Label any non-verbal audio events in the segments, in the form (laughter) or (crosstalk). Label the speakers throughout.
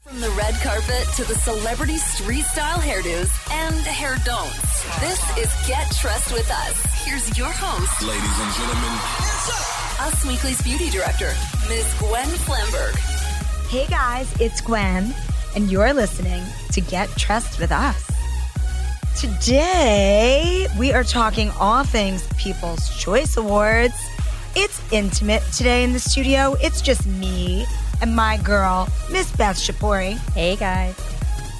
Speaker 1: From the red carpet to the celebrity street style hairdos and hair don'ts. This is Get Trust with Us. Here's your host,
Speaker 2: Ladies and gentlemen,
Speaker 1: Us Weekly's beauty director, Ms. Gwen Flamberg.
Speaker 3: Hey guys, it's Gwen, and you're listening to Get Trust with Us. Today, we are talking all things People's Choice Awards. It's intimate today in the studio. It's just me and my girl, Miss Beth Shapori.
Speaker 4: Hey guys.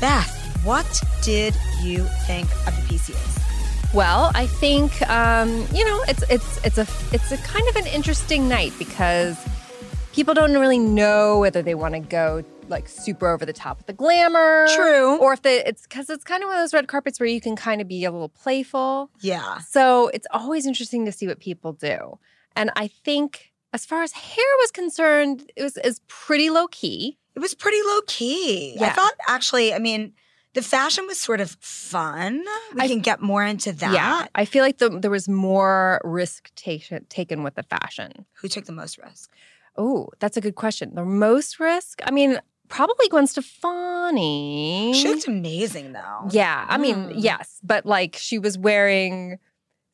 Speaker 3: Beth, what did you think of the PCAs?
Speaker 4: Well, I think um, you know it's it's it's a it's a kind of an interesting night because people don't really know whether they want to go like super over the top with the glamour,
Speaker 3: True.
Speaker 4: or if they it's because it's kind of one of those red carpets where you can kind of be a little playful.
Speaker 3: Yeah.
Speaker 4: So it's always interesting to see what people do, and I think as far as hair was concerned, it was is pretty low key.
Speaker 3: It was pretty low key. I
Speaker 4: Yeah.
Speaker 3: thought, actually, I mean, the fashion was sort of fun. We
Speaker 4: I-
Speaker 3: can get more into that.
Speaker 4: Yeah, I feel like the, there was more risk taken taken with the fashion.
Speaker 3: Who took the most risk?
Speaker 4: Oh, that's a good question. The most risk? I mean, probably Gwen Stefani.
Speaker 3: She looked amazing though.
Speaker 4: Yeah, I mean,
Speaker 3: Mm.
Speaker 4: yes, but like she was wearing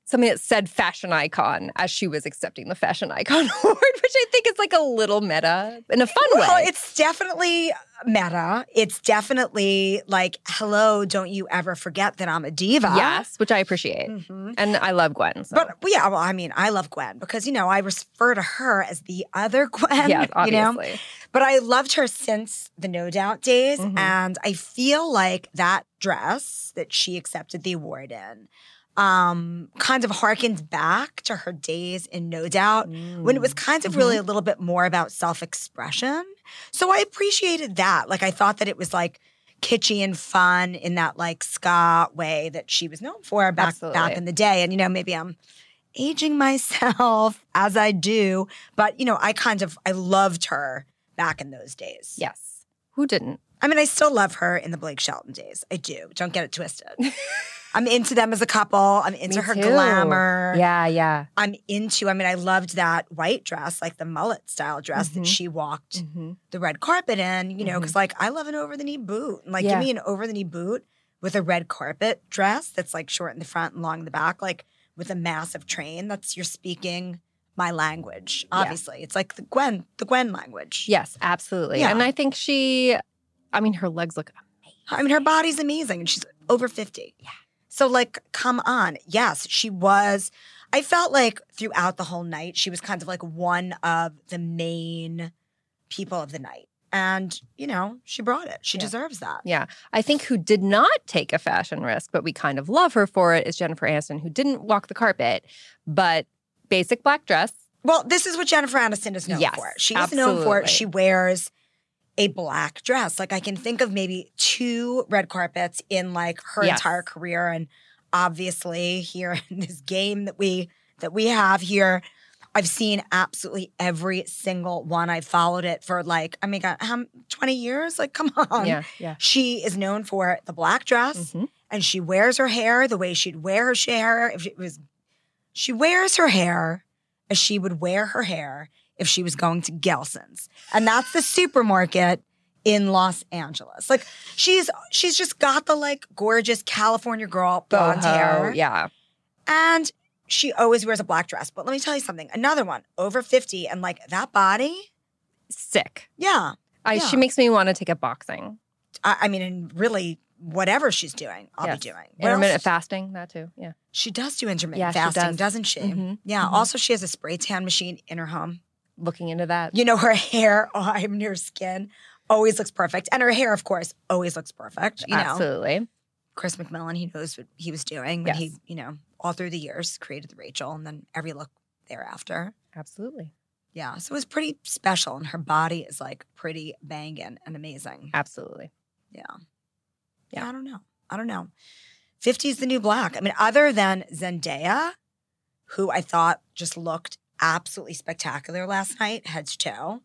Speaker 4: something that said fashion icon as she was accepting the fashion icon (laughs) award, which I think is like a little meta in a fun
Speaker 3: Well,
Speaker 4: way.
Speaker 3: it's definitely meta. It's definitely like, hello, don't you ever forget that I'm a diva.
Speaker 4: yes, which I appreciate.
Speaker 3: Mhm.
Speaker 4: And I love Gwen. So.
Speaker 3: But well, yeah, well, I mean, I love Gwen because, you know, I refer to her as the other (laughs) Gwen.
Speaker 4: yeah,
Speaker 3: You know?
Speaker 4: obviously.
Speaker 3: But I loved her since the No Doubt days.
Speaker 4: Mhm.
Speaker 3: And I feel like that dress that she accepted the award in um, kind of harkened back to her days in No Doubt when
Speaker 4: Mm.
Speaker 3: it was kind of
Speaker 4: mm-hmm.
Speaker 3: really a little bit more about self expression. So I appreciated that. Like, I thought that it was like, Kitschy and fun in that like ska way that she was known for back back
Speaker 4: Absolutely.
Speaker 3: in the day. And you know, maybe I'm aging myself (laughs) as I do, but you know, I kind of I loved her back in those days.
Speaker 4: yes. Who didn't?
Speaker 3: I mean, I still love her in the Blake Shelton days. I do. Don't get it
Speaker 4: (laughs)
Speaker 3: twisted. I'm into them as a couple. I'm into
Speaker 4: Me
Speaker 3: her
Speaker 4: too.
Speaker 3: glamour.
Speaker 4: Yeah, yeah.
Speaker 3: I'm into, I mean, I loved that white dress, like the mullet style dress that
Speaker 4: Mhm.
Speaker 3: she walked
Speaker 4: Mhm.
Speaker 3: the red carpet in, you know, because like I love an over the knee boot. And like, give
Speaker 4: Mm-hmm. Yeah.
Speaker 3: me an over the knee boot with a red carpet dress that's like short in the front and long in the back, like with a massive train. That's you're speaking my language,
Speaker 4: Yeah.
Speaker 3: obviously. It's like the Gwen, the Gwen language.
Speaker 4: Yes, absolutely.
Speaker 3: Yeah.
Speaker 4: And I think she, I mean, her legs look
Speaker 3: I mean, her body's amazing and she's over 50. Yeah. So, like, come on. Yes, she was. I felt like throughout the whole night, she was kind of like one of the main people of the night. And, you know, she brought it. She
Speaker 4: Yeah.
Speaker 3: deserves that.
Speaker 4: Yeah. I think who did not take a fashion risk, but we kind of love her for it, is Jennifer Aniston, who didn't walk the carpet, but basic black dress.
Speaker 3: Well, this is what Jennifer Aniston is known
Speaker 4: Yes,
Speaker 3: for. She is known for
Speaker 4: absolutely.
Speaker 3: she wears a black dress. Like I can think of maybe two red carpets in like her
Speaker 4: Yes.
Speaker 3: entire career and obviously here in this game that we that we have here I've seen absolutely every single one. I followed it for like, I mean, God, how, 20 years? Like, come on.
Speaker 4: yeah. Yeah.
Speaker 3: She is known for the black dress
Speaker 4: Mhm.
Speaker 3: and she wears her hair the way she'd wear her sh- hair if it was she wears her hair as she would wear her hair if she was going to Gelson's. And that's the supermarket in Los Angeles. Like she's she's just got the like gorgeous California girl blonde
Speaker 4: Boho,
Speaker 3: hair.
Speaker 4: Yeah.
Speaker 3: And she always wears a black dress. But let me tell you something. Another one, over 50 and like that body.
Speaker 4: Sick.
Speaker 3: Yeah.
Speaker 4: I,
Speaker 3: Yeah.
Speaker 4: She makes me want to take up boxing.
Speaker 3: I, I mean, and really whatever she's doing, I'll
Speaker 4: Yes.
Speaker 3: be doing. What else?
Speaker 4: Intermittent fasting, that too. Yeah.
Speaker 3: She does do intermittent
Speaker 4: Yeah, she
Speaker 3: fasting,
Speaker 4: does.
Speaker 3: does. not she?
Speaker 4: Mhm,
Speaker 3: Yeah.
Speaker 4: mhm.
Speaker 3: Also, she has a spray tan machine in her home.
Speaker 4: Looking into that.
Speaker 3: You know, her (laughs) hair, oh, I mean, her skin always looks perfect. And her hair, of course, always looks perfect. You know,
Speaker 4: Absolutely.
Speaker 3: Chris McMillan, he knows what he was doing when
Speaker 4: Yes.
Speaker 3: he, you know, all through the years created the Rachel and then every look thereafter.
Speaker 4: Absolutely.
Speaker 3: Yeah. So it was pretty special. And her body is like pretty banging and amazing.
Speaker 4: Absolutely.
Speaker 3: Yeah.
Speaker 4: Yeah.
Speaker 3: I don't know. I don't know. 50 is the new black. I mean, other than Zendaya, who I thought just looked absolutely spectacular last night, head to toe,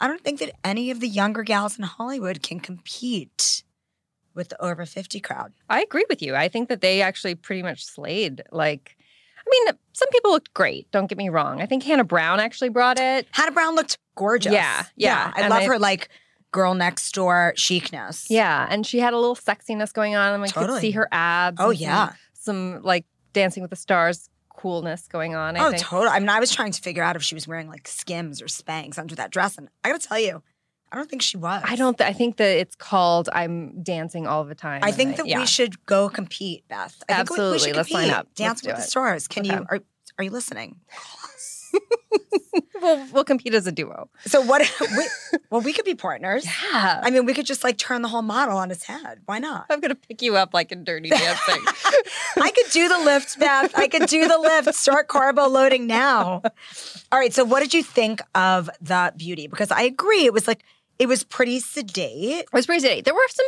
Speaker 3: I don't think that any of the younger gals in Hollywood can compete with the over 50 crowd.
Speaker 4: I agree with you. I think that they actually pretty much slayed. Like, I mean, some people looked great. Don't get me wrong. I think Hannah Brown actually brought it.
Speaker 3: Hannah Brown looked gorgeous.
Speaker 4: Yeah, yeah.
Speaker 3: I
Speaker 4: And
Speaker 3: love
Speaker 4: I-
Speaker 3: her like girl next door chicness.
Speaker 4: Yeah, and she had a little sexiness going on. and I could
Speaker 3: Totally.
Speaker 4: see her abs.
Speaker 3: Oh
Speaker 4: and some-
Speaker 3: yeah.
Speaker 4: some, like Dancing with the Stars coolness going on. I
Speaker 3: Oh
Speaker 4: think.
Speaker 3: totally. I mean, I was trying to figure out if she was wearing like Skims or Spanx under that dress, and I gotta tell you, I don't think she was.
Speaker 4: I don't. Th- I think that it's called "I'm Dancing All the Time."
Speaker 3: I
Speaker 4: and
Speaker 3: think that
Speaker 4: yeah.
Speaker 3: we should go compete, Beth. I think we- we,
Speaker 4: Absolutely.
Speaker 3: should
Speaker 4: Let's
Speaker 3: compete.
Speaker 4: line up.
Speaker 3: Dance
Speaker 4: Let's
Speaker 3: with
Speaker 4: do
Speaker 3: the
Speaker 4: it.
Speaker 3: stars. Can
Speaker 4: Okay.
Speaker 3: you are are you listening?
Speaker 4: we'll we'll compete as a duo.
Speaker 3: So what? (laughs) we, well, we could be partners.
Speaker 4: Yeah.
Speaker 3: I mean, we could just like turn the whole model on its head. Why not?
Speaker 4: (laughs) I'm gonna pick you up like in Dirty Dancing.
Speaker 3: I could do the lift, Beth. I could do the lift. Start carbo loading now. All right. So, what did you think of the beauty? Because I agree, it was like it was pretty sedate.
Speaker 4: was pretty sedate. There were some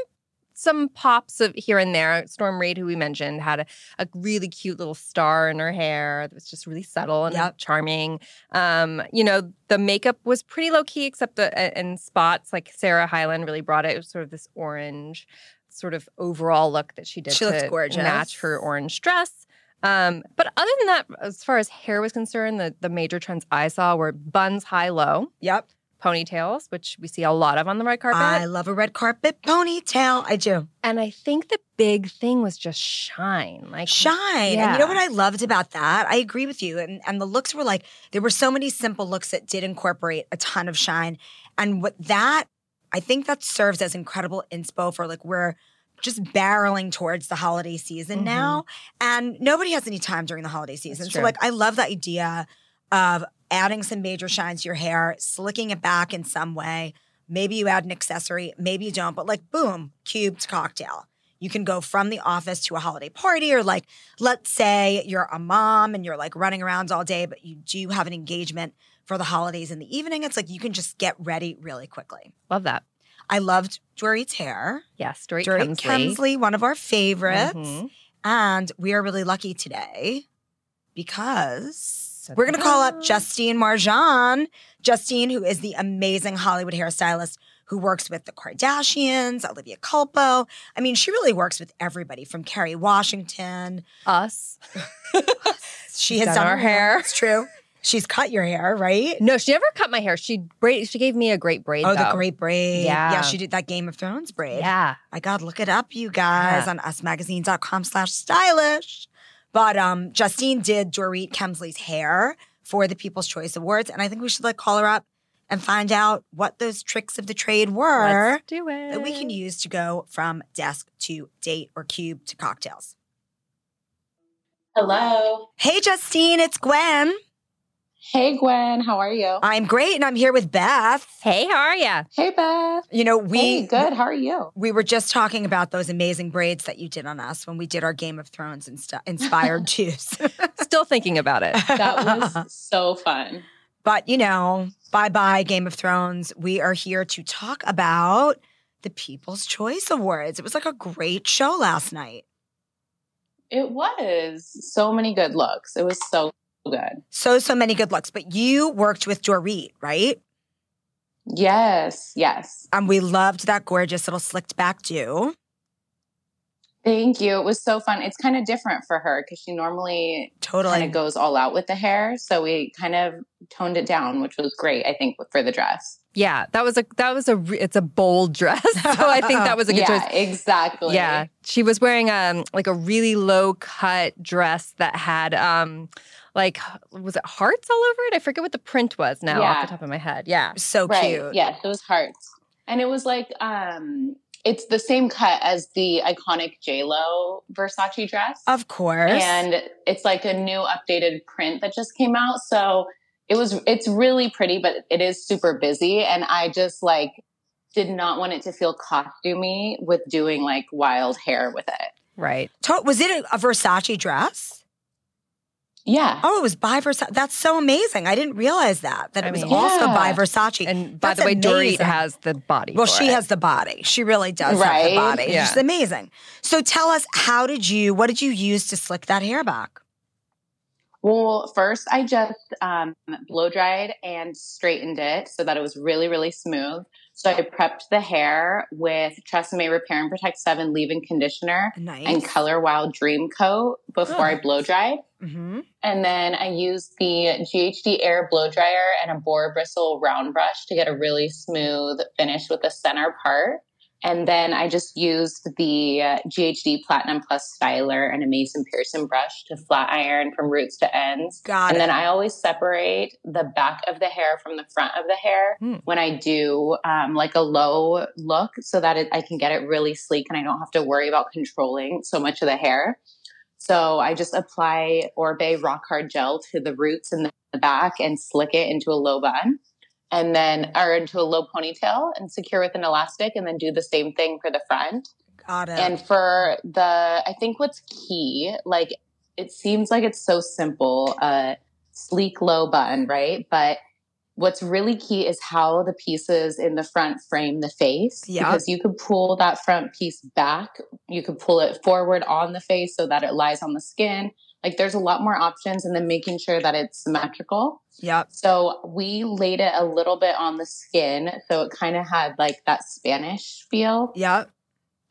Speaker 4: some pops of here and there. Storm Reid, who we mentioned, had a, a really cute little star in her hair that was just really subtle and
Speaker 3: Yep.
Speaker 4: charming. Um, you know, the makeup was pretty low key, except the a- in spots like Sarah Hyland really brought it. It was sort of this orange, sort of overall look that she did
Speaker 3: She
Speaker 4: to
Speaker 3: looked gorgeous.
Speaker 4: match her orange dress. Um, but other than that, as far as hair was concerned, the, the major trends I saw were buns high low,
Speaker 3: Yep.
Speaker 4: ponytails, which we see a lot of on the red carpet.
Speaker 3: I love a red carpet ponytail. I do.
Speaker 4: And I think the big thing was just shine. Like
Speaker 3: Shine. And you know
Speaker 4: Yeah.
Speaker 3: what I loved about that? I agree with you. And and the looks were like there were so many simple looks that did incorporate a ton of shine. And what that I think that serves as incredible inspo for like we're just barreling towards the holiday season
Speaker 4: Mhm.
Speaker 3: now. And nobody has any time during the holiday season. So
Speaker 4: true.
Speaker 3: like I love the idea of adding some major shine to your hair, slicking it back in some way. Maybe you add an accessory, maybe you don't, but like boom, cubed cocktail. You can go from the office to a holiday party, or like, let's say you're a mom and you're like running around all day, but you do have an engagement for the holidays in the evening. It's like you can just get ready really quickly.
Speaker 4: love that.
Speaker 3: I loved Dory's hair.
Speaker 4: Yes, Dorit
Speaker 3: Dory
Speaker 4: Kemsley.
Speaker 3: Kemsley, one of our favorites.
Speaker 4: Mhm.
Speaker 3: And we are really lucky today because
Speaker 4: Da-da-da.
Speaker 3: we're going to call up Justine Marjan. Justine, who is the amazing Hollywood hairstylist who works with the Kardashians, Olivia Culpo. I mean, she really works with everybody from Kerry Washington. (laughs)
Speaker 4: Us.
Speaker 3: She
Speaker 4: She's
Speaker 3: has
Speaker 4: done
Speaker 3: done (laughs)
Speaker 4: our hair.
Speaker 3: It's true. She's cut your hair, right?
Speaker 4: No, she never cut my hair. She braid. She gave me a great braid.
Speaker 3: Oh, the
Speaker 4: though.
Speaker 3: great braid. Yeah,
Speaker 4: Yeah.
Speaker 3: she did that Game of Thrones braid.
Speaker 4: Yeah.
Speaker 3: My God, look it up, you guys,
Speaker 4: Yeah.
Speaker 3: on usmagazine.com slash stylish. But um, Justine did Dorit Kemsley's hair for the People's Choice Awards. And I think we should like call her up and find out what those tricks of the trade were
Speaker 4: Let's do it.
Speaker 3: that we can use to go from desk to date or cube to cocktails.
Speaker 2: Hello.
Speaker 3: Hey, Justine, it's Gwen.
Speaker 2: Hey, Gwen. How are you?
Speaker 3: I'm great and I'm here with Beth.
Speaker 4: Hey, how are ya?
Speaker 2: Hey, Beth.
Speaker 3: You know, we.
Speaker 2: hey, good. How are you?
Speaker 3: We were just talking about those amazing braids that you did on us when we did our Game of Thrones insta- inspired juice.
Speaker 4: Still thinking
Speaker 3: (laughs)
Speaker 4: about it.
Speaker 2: That
Speaker 4: (laughs)
Speaker 2: was so fun.
Speaker 3: But you know, bye bye, Game of Thrones. We are here to talk about the People's Choice Awards. It was like a great show last night.
Speaker 2: It was so many good looks. It was so good.
Speaker 3: So, so many good looks. But you worked with Dorit, right?
Speaker 2: Yes, yes.
Speaker 3: And we loved that gorgeous little slicked back do.
Speaker 2: Thank you. It was so fun. It's kind of different for her because she normally kind
Speaker 3: Totally.
Speaker 2: of goes all out with the hair. So we kind of toned it down, which was great, I think, for the dress.
Speaker 4: yeah, that was a that was a re- it's a bold dress. (laughs) So I think that was a good choice.
Speaker 2: yeah, exactly.
Speaker 4: Yeah, she was wearing um like a really low cut dress that had um like was it hearts all over it? I forget what the print was now off
Speaker 2: Yeah.
Speaker 4: the top of my head. Yeah,
Speaker 3: So
Speaker 2: right.
Speaker 3: cute.
Speaker 2: Yes, it was hearts. And it was like um it's the same cut as the iconic J Lo Versace dress.
Speaker 3: Of course.
Speaker 2: and it's like a new updated print that just came out. So it was it's really pretty, but it is super busy. And I just like did not want it to feel costumey with doing like wild hair with it.
Speaker 4: right.
Speaker 3: To- was it a, a Versace dress?
Speaker 2: Yeah.
Speaker 3: Oh, it was by Versace. That's so amazing. I didn't realize that, that
Speaker 4: I
Speaker 3: it was
Speaker 4: mean-
Speaker 3: also by
Speaker 2: Yeah.
Speaker 3: Versace.
Speaker 4: And by
Speaker 3: That's
Speaker 4: the way, Dorit
Speaker 3: amazing.
Speaker 4: has the body.
Speaker 3: Well,
Speaker 4: for
Speaker 3: she
Speaker 4: it.
Speaker 3: has the body. She really does have the
Speaker 2: Right?
Speaker 3: body.
Speaker 4: Yeah.
Speaker 3: She's amazing. So tell us, how did you, what did you use to slick that hair back?
Speaker 2: Well, first I just um, blow dried and straightened it so that it was really, really smooth. So I prepped the hair with Tresemme Repair and Protect 7 leave in conditioner
Speaker 3: Nice.
Speaker 2: and Color Wow Dream Coat before I blow dried.
Speaker 3: hmm
Speaker 2: And then I used the GHD Air blow dryer and a boar bristle round brush to get a really smooth finish with the center part. And then I just used the uh, GHD Platinum Plus styler and a Mason Pearson brush to flat iron from roots to ends.
Speaker 3: Got
Speaker 2: and
Speaker 3: it.
Speaker 2: then I always separate the back of the hair from the front of the hair
Speaker 4: Hmm.
Speaker 2: when I do um, like a low look so that it, I can get it really sleek and I don't have to worry about controlling so much of the hair. So I just apply Orbe Rock Hard Gel to the roots in the back and slick it into a low bun and then or into a low ponytail and secure with an elastic and then do the same thing for the front.
Speaker 3: Got it.
Speaker 2: And for the, I think what's key, like it seems like it's so simple, uh, sleek low bun, right? But what's really key is how the pieces in the front frame the face.
Speaker 3: Yeah.
Speaker 2: Because you could pull that front piece back, you could pull it forward on the face so that it lies on the skin. Like there's a lot more options, and then making sure that it's symmetrical.
Speaker 3: yep.
Speaker 2: So we laid it a little bit on the skin, so it kind of had like that Spanish feel.
Speaker 3: Yep.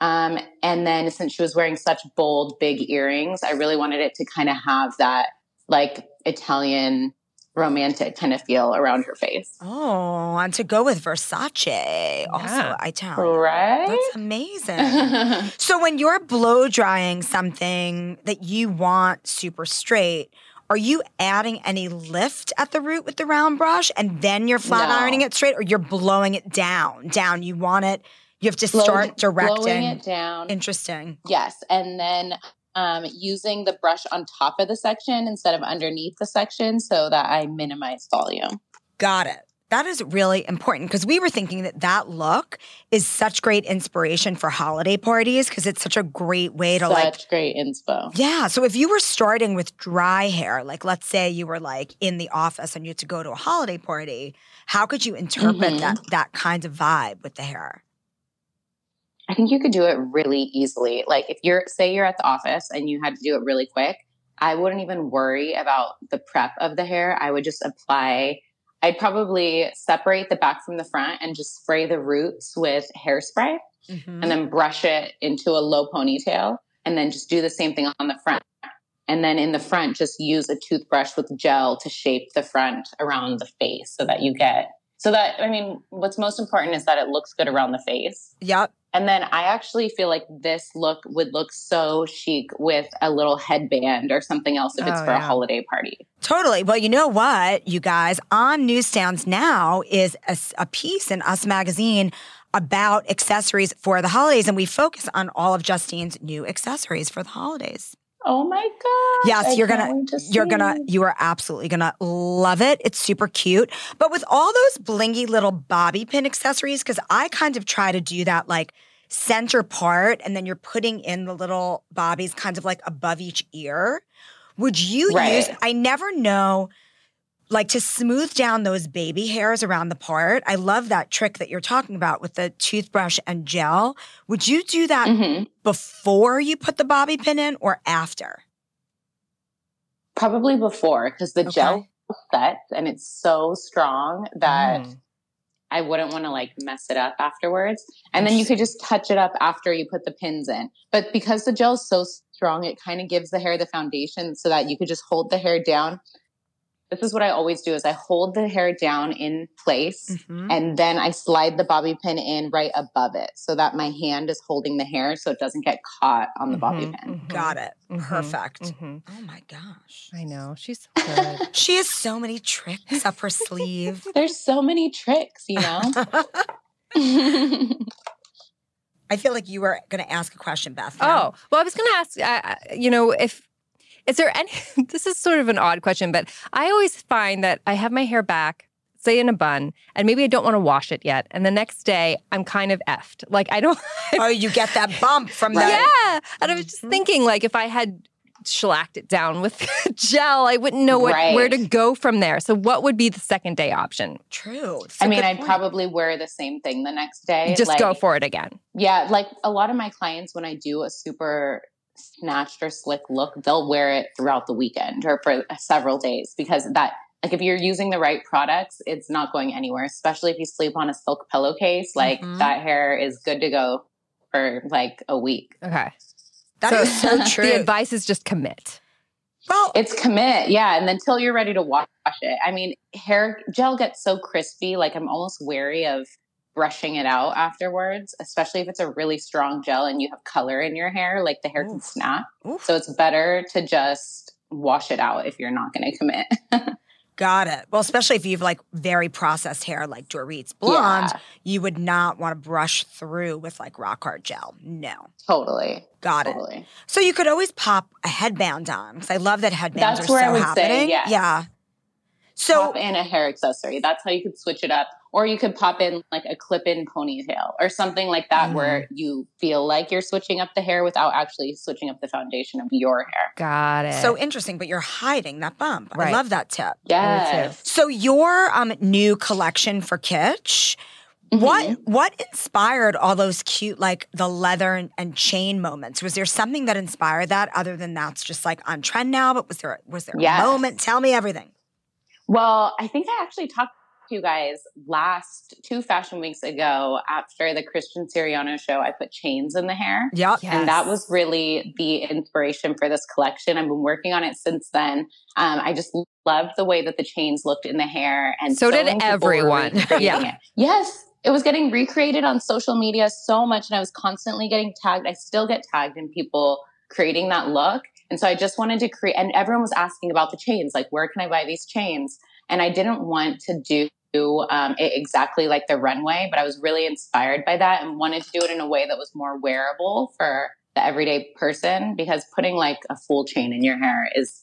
Speaker 2: Um, and then since she was wearing such bold, big earrings, I really wanted it to kind of have that like Italian romantic kind of feel around her face.
Speaker 3: Oh, and to go with Versace, also
Speaker 4: Yeah.
Speaker 3: Italian.
Speaker 2: Right?
Speaker 3: Oh, That's
Speaker 2: (laughs)
Speaker 3: amazing. So when you're blow drying something that you want super straight, are you adding any lift at the root with the round brush and then you're flat
Speaker 2: No.
Speaker 3: ironing it straight or you're blowing it down, down? You want it, you have to start
Speaker 2: Blowing
Speaker 3: directing.
Speaker 2: it down.
Speaker 3: Interesting.
Speaker 2: Yes. And then um, using the brush on top of the section instead of underneath the section so that I minimize volume.
Speaker 3: Got it. That is really important because we were thinking that that look is such great inspiration for holiday parties because it's such a great way to
Speaker 2: Such
Speaker 3: like
Speaker 2: great inspo.
Speaker 3: Yeah. So if you were starting with dry hair, like let's say you were like in the office and you had to go to a holiday party, how could you interpret
Speaker 2: Mhm.
Speaker 3: that that kind of vibe with the hair?
Speaker 2: I think you could do it really easily. Like if you're say you're at the office and you had to do it really quick, I wouldn't even worry about the prep of the hair. I would just apply I'd probably separate the back from the front and just spray the roots with hairspray
Speaker 3: Mm-hmm.
Speaker 2: and then brush it into a low ponytail and then just do the same thing on the front. And then in the front just use a toothbrush with gel to shape the front around the face so that you get so that I mean what's most important is that it looks good around the face.
Speaker 3: Yep.
Speaker 2: And then I actually feel like this look would look so chic with a little headband or something else if it's
Speaker 4: Oh,
Speaker 2: for a
Speaker 4: yeah.
Speaker 2: holiday party.
Speaker 3: Totally. Well, you know what, you guys, on newsstands now is a, s- a piece in Us Magazine about accessories for the holidays, and we focus on all of Justine's new accessories for the holidays.
Speaker 2: Oh my god!
Speaker 3: Yes,
Speaker 2: I
Speaker 3: you're
Speaker 2: can't
Speaker 3: gonna-
Speaker 2: wait to
Speaker 3: You're gonna,
Speaker 2: see.
Speaker 3: you are absolutely gonna love it. It's super cute. But with all those blingy little bobby pin accessories, because I kind of try to do that like center part and then you're putting in the little bobbies kind of like above each ear. Would you use,
Speaker 2: Right.
Speaker 3: I never know, like to smooth down those baby hairs around the part. I love that trick that you're talking about with the toothbrush and gel. Would you do that
Speaker 2: Mhm.
Speaker 3: before you put the bobby pin in or after?
Speaker 2: Probably before because the gel sets and it's so strong that I wouldn't want to like mess it up afterwards. And then you could just touch it up after you put the pins in. But because the gel is so strong, it kind of gives the hair the foundation so that you could just hold the hair down. This is what I always do is I hold the hair down in place
Speaker 3: Mhm.
Speaker 2: and then I slide the bobby pin in right above it so that my hand is holding the hair so it doesn't get caught on the bobby
Speaker 4: Mhm,
Speaker 2: pin.
Speaker 4: mhm,
Speaker 3: Got it.
Speaker 4: mhm,
Speaker 3: Perfect.
Speaker 4: mhm.
Speaker 3: Mm-hmm. Oh my gosh.
Speaker 4: I know. She's
Speaker 3: (laughs)
Speaker 4: so good.
Speaker 3: She has so many tricks up her sleeve. (laughs)
Speaker 2: There's so many tricks, you know? (laughs)
Speaker 3: I feel like you were going to ask a question, Beth.
Speaker 4: oh, well, I was going to ask, uh, uh, you know, if, is there any, (laughs) this is sort of an odd question, but I always find that I have my hair back, say in a bun, and maybe I don't want to wash it yet. And the next day, I'm kind of effed. Like, I don't,
Speaker 3: oh, you get that bump from (laughs) the.
Speaker 2: Right.
Speaker 4: yeah. And I was just
Speaker 3: Mhm.
Speaker 4: thinking, like, if I had shellacked it down with (laughs) gel, I wouldn't know what,
Speaker 2: Right.
Speaker 4: where to go from there. So, what would be the second day option?
Speaker 3: True. It's a
Speaker 2: I mean,
Speaker 3: good
Speaker 2: I'd
Speaker 3: point.
Speaker 2: probably wear the same thing the next day.
Speaker 4: Just
Speaker 2: like-
Speaker 4: go for it again.
Speaker 2: Yeah, like a lot of my clients, when I do a super snatched or slick look, they'll wear it throughout the weekend or for several days because that like if you're using the right products, it's not going anywhere, especially if you sleep on a silk pillowcase. Like
Speaker 3: Mhm.
Speaker 2: that hair is good to go for like a week.
Speaker 4: Okay.
Speaker 3: That
Speaker 4: So-
Speaker 3: is
Speaker 2: (laughs)
Speaker 3: so, true.
Speaker 4: The advice is just commit.
Speaker 3: well,
Speaker 2: It's commit, yeah, and until you're ready to wash it. I mean, hair gel gets so crispy, like I'm almost wary of brushing it out afterwards, especially if it's a really strong gel and you have color in your hair, like the hair can
Speaker 3: Oof.
Speaker 2: snap.
Speaker 3: oof,
Speaker 2: So it's better to just wash it out if you're not going to commit. (laughs)
Speaker 3: got it. Well, especially if you've like very processed hair like Dorit's blonde,
Speaker 2: Yeah,
Speaker 3: you would not want to brush through with like rock hard gel. No.
Speaker 2: totally.
Speaker 3: Got it.
Speaker 2: Totally.
Speaker 3: So you could always pop a headband on because I love that headbands
Speaker 2: That's
Speaker 3: are
Speaker 2: where
Speaker 3: so
Speaker 2: I would say,
Speaker 3: happening.
Speaker 2: yes.
Speaker 3: Yeah. So
Speaker 2: pop in a hair accessory. That's how you could switch it up. Or you could pop in like a clip in ponytail or something like that
Speaker 4: Mhm.
Speaker 2: where you feel like you're switching up the hair without actually switching up the foundation of your hair.
Speaker 4: Got it.
Speaker 3: so interesting, but you're hiding that bump. I
Speaker 4: Right.
Speaker 3: love that tip.
Speaker 2: Yes.
Speaker 3: So your um, new collection for Kitsch,
Speaker 2: Mm-hmm.
Speaker 3: what
Speaker 4: Mm-hmm.
Speaker 3: what inspired all those cute like the leather and, and chain moments? Was there something that inspired that other than that's just like on trend now? But was there was there
Speaker 2: Yes.
Speaker 3: a moment? Tell me everything.
Speaker 2: Well, I think I actually talked to you guys last two fashion weeks ago after the Christian Siriano show. I put chains in the hair.
Speaker 3: Yep.
Speaker 4: Yeah.
Speaker 2: And that
Speaker 4: Yes.
Speaker 2: was really the inspiration for this collection. I've been working on it since then. Um, I just loved the way that the chains looked in the hair, and
Speaker 4: So did
Speaker 2: many people were
Speaker 4: everyone. (laughs)
Speaker 2: recreating
Speaker 4: Yeah.
Speaker 2: it. Yes, it was getting recreated on social media so much, and I was constantly getting tagged. I still get tagged in people creating that look, and so I just wanted to create. And everyone was asking about the chains, like where can I buy these chains? And I didn't want to do. Um, it exactly like the runway, but I was really inspired by that and wanted to do it in a way that was more wearable for the everyday person because putting like a full chain in your hair is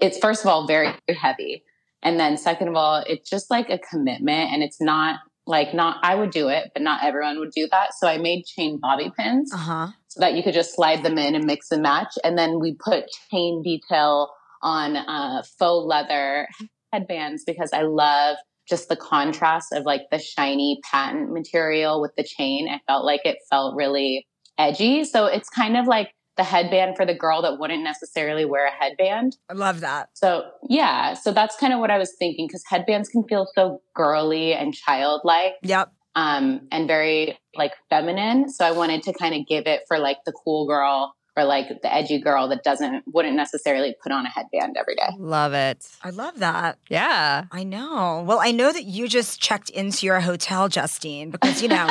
Speaker 2: it's first of all very heavy and then second of all it's just like a commitment and it's not like not i would do it but not everyone would do that so i made chain bobby pins
Speaker 3: Uh huh.
Speaker 2: so that you could just slide them in and mix and match and then we put chain detail on uh, faux leather headbands because i love just the contrast of like the shiny patent material with the chain i felt like it felt really edgy so it's kind of like the headband for the girl that wouldn't necessarily wear a headband
Speaker 3: I love that.
Speaker 2: so yeah, so that's kind of what I was thinking because headbands can feel so girly and childlike,
Speaker 3: Yep.
Speaker 2: um, and very like feminine. So I wanted to kind of give it for like the cool girl or like the edgy girl that doesn't wouldn't necessarily put on a headband every day.
Speaker 4: Love it.
Speaker 3: I love that.
Speaker 4: Yeah.
Speaker 3: I know. Well, I know that you just checked into your hotel, Justine, because you
Speaker 4: (laughs)
Speaker 3: know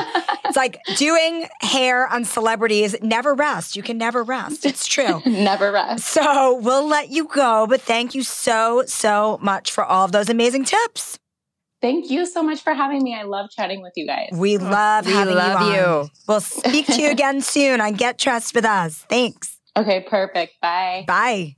Speaker 3: it's like doing hair on celebrities never rest. You can never rest. It's true.
Speaker 2: (laughs) Never rest.
Speaker 3: So we'll let you go, but thank you so, so much for all of those amazing tips.
Speaker 2: Thank you so much for having me. I love chatting with you guys.
Speaker 3: We love
Speaker 4: we
Speaker 3: having
Speaker 4: love
Speaker 3: you.
Speaker 4: you.
Speaker 3: on. We'll speak to you
Speaker 4: (laughs)
Speaker 3: again soon on Get Dressed with Us. Thanks.
Speaker 2: Okay, perfect. Bye.
Speaker 3: Bye.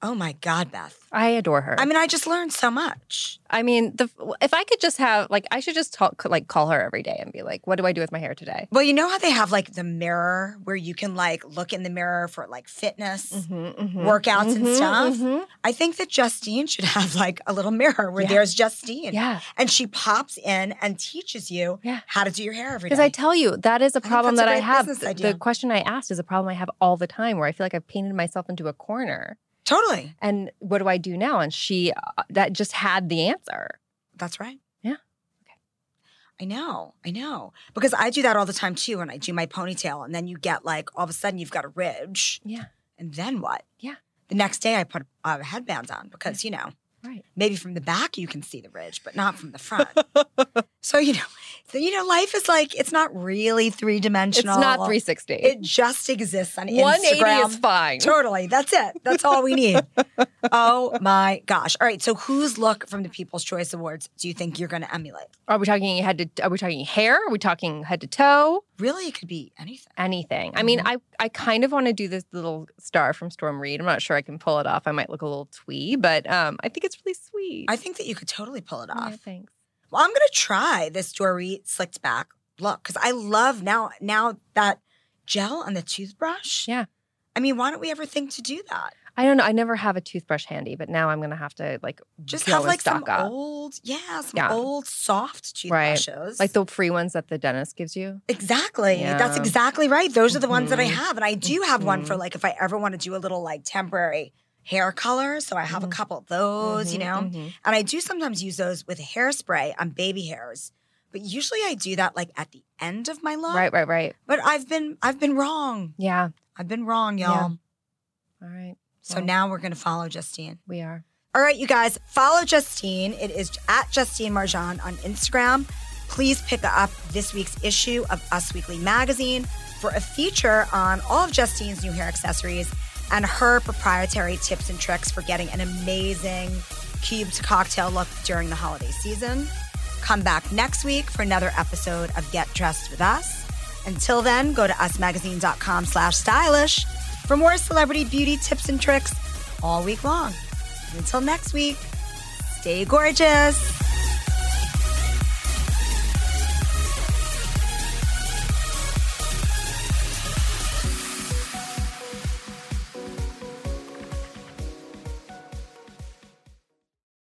Speaker 3: Oh my God, Beth.
Speaker 4: I adore her.
Speaker 3: I mean, I just learned so much.
Speaker 4: I mean, the if I could just have like I should just talk like call her every day and be like, what do I do with my hair today?
Speaker 3: Well, you know how they have like the mirror where you can like look in the mirror for like fitness?
Speaker 4: Mm-hmm,
Speaker 3: Workouts and stuff. I think that Justine should have like a little mirror where
Speaker 4: Yeah.
Speaker 3: there's Justine.
Speaker 4: Yeah,
Speaker 3: And she pops in and teaches you
Speaker 4: Yeah.
Speaker 3: how to do your hair every day.
Speaker 4: because I tell you that is a
Speaker 3: think
Speaker 4: problem
Speaker 3: that's a
Speaker 4: that I
Speaker 3: great
Speaker 4: have.
Speaker 3: business
Speaker 4: Th-
Speaker 3: idea.
Speaker 4: The question I asked is a problem I have all the time, where I feel like I've painted myself into a corner.
Speaker 3: totally.
Speaker 4: And what do I do now? And she uh, that just had the answer.
Speaker 3: That's right.
Speaker 4: Yeah.
Speaker 3: I know. I know. Because I do that all the time too when I do my ponytail and then you get like all of a sudden you've got a ridge.
Speaker 4: Yeah.
Speaker 3: And then what?
Speaker 4: Yeah.
Speaker 3: The next day I put a headband on because, you know,
Speaker 4: Right.
Speaker 3: maybe from the back you can see the ridge, but not from the
Speaker 4: (laughs)
Speaker 3: front. so, you know, so, you know, life is like, it's not really three
Speaker 4: It's
Speaker 3: dimensional.
Speaker 4: not 360.
Speaker 3: It just exists on
Speaker 4: 180
Speaker 3: Instagram.
Speaker 4: is fine.
Speaker 3: (laughs) Totally. That's it. That's all we need. oh my gosh. All right. So, whose look from the People's Choice Awards do you think you're going to emulate?
Speaker 4: Are we talking head to? Are we talking hair? Are we talking head to toe?
Speaker 3: Really, it could be anything.
Speaker 4: anything. I mean,
Speaker 3: Mhm.
Speaker 4: I I kind of want to do this little star from Storm Reed. I'm not sure I can pull it off. I might look a little twee, but um, I think it's really sweet.
Speaker 3: I think that you could totally pull it
Speaker 4: Yeah,
Speaker 3: off.
Speaker 4: thanks.
Speaker 3: Well, I'm gonna try this Dorit slicked back look because I love now now that gel on the toothbrush.
Speaker 4: Yeah.
Speaker 3: I mean, why don't we ever think to do that?
Speaker 4: I don't know. I never have a toothbrush handy, but now I'm gonna have to like
Speaker 3: Just
Speaker 4: go
Speaker 3: have
Speaker 4: and
Speaker 3: like some
Speaker 4: stock up,
Speaker 3: old, yeah, some
Speaker 4: Yeah.
Speaker 3: old soft
Speaker 4: Right.
Speaker 3: toothbrushes.
Speaker 4: like the free ones that the dentist gives you.
Speaker 3: exactly. That's
Speaker 4: Yeah.
Speaker 3: exactly right. Those are the ones that I
Speaker 4: Mhm.
Speaker 3: have, and I do have one
Speaker 4: Mhm.
Speaker 3: for like if I ever want to do a little like temporary hair color. So I have
Speaker 4: Mhm.
Speaker 3: a couple of those,
Speaker 4: Mm-hmm.
Speaker 3: you know? And I do sometimes use those with hairspray on baby hairs. But usually I do that like at the end of my look.
Speaker 4: Right, right, right.
Speaker 3: But I've been I've been wrong.
Speaker 4: Yeah.
Speaker 3: I've been wrong,
Speaker 4: Yeah.
Speaker 3: y'all.
Speaker 4: All right.
Speaker 3: So
Speaker 4: Well,
Speaker 3: now we're gonna follow Justine.
Speaker 4: we are.
Speaker 3: All right, you guys, follow Justine. It is at Justine Marjan on Instagram. Please pick up this week's issue of Us Weekly magazine for a feature on all of Justine's new hair accessories and her proprietary tips and tricks for getting an amazing cubed cocktail look during the holiday season. Come back next week for another episode of Get Dressed with Us. Until then, go to usmagazine.com slash stylish for more celebrity beauty tips and tricks all week long. And Until next week, stay gorgeous.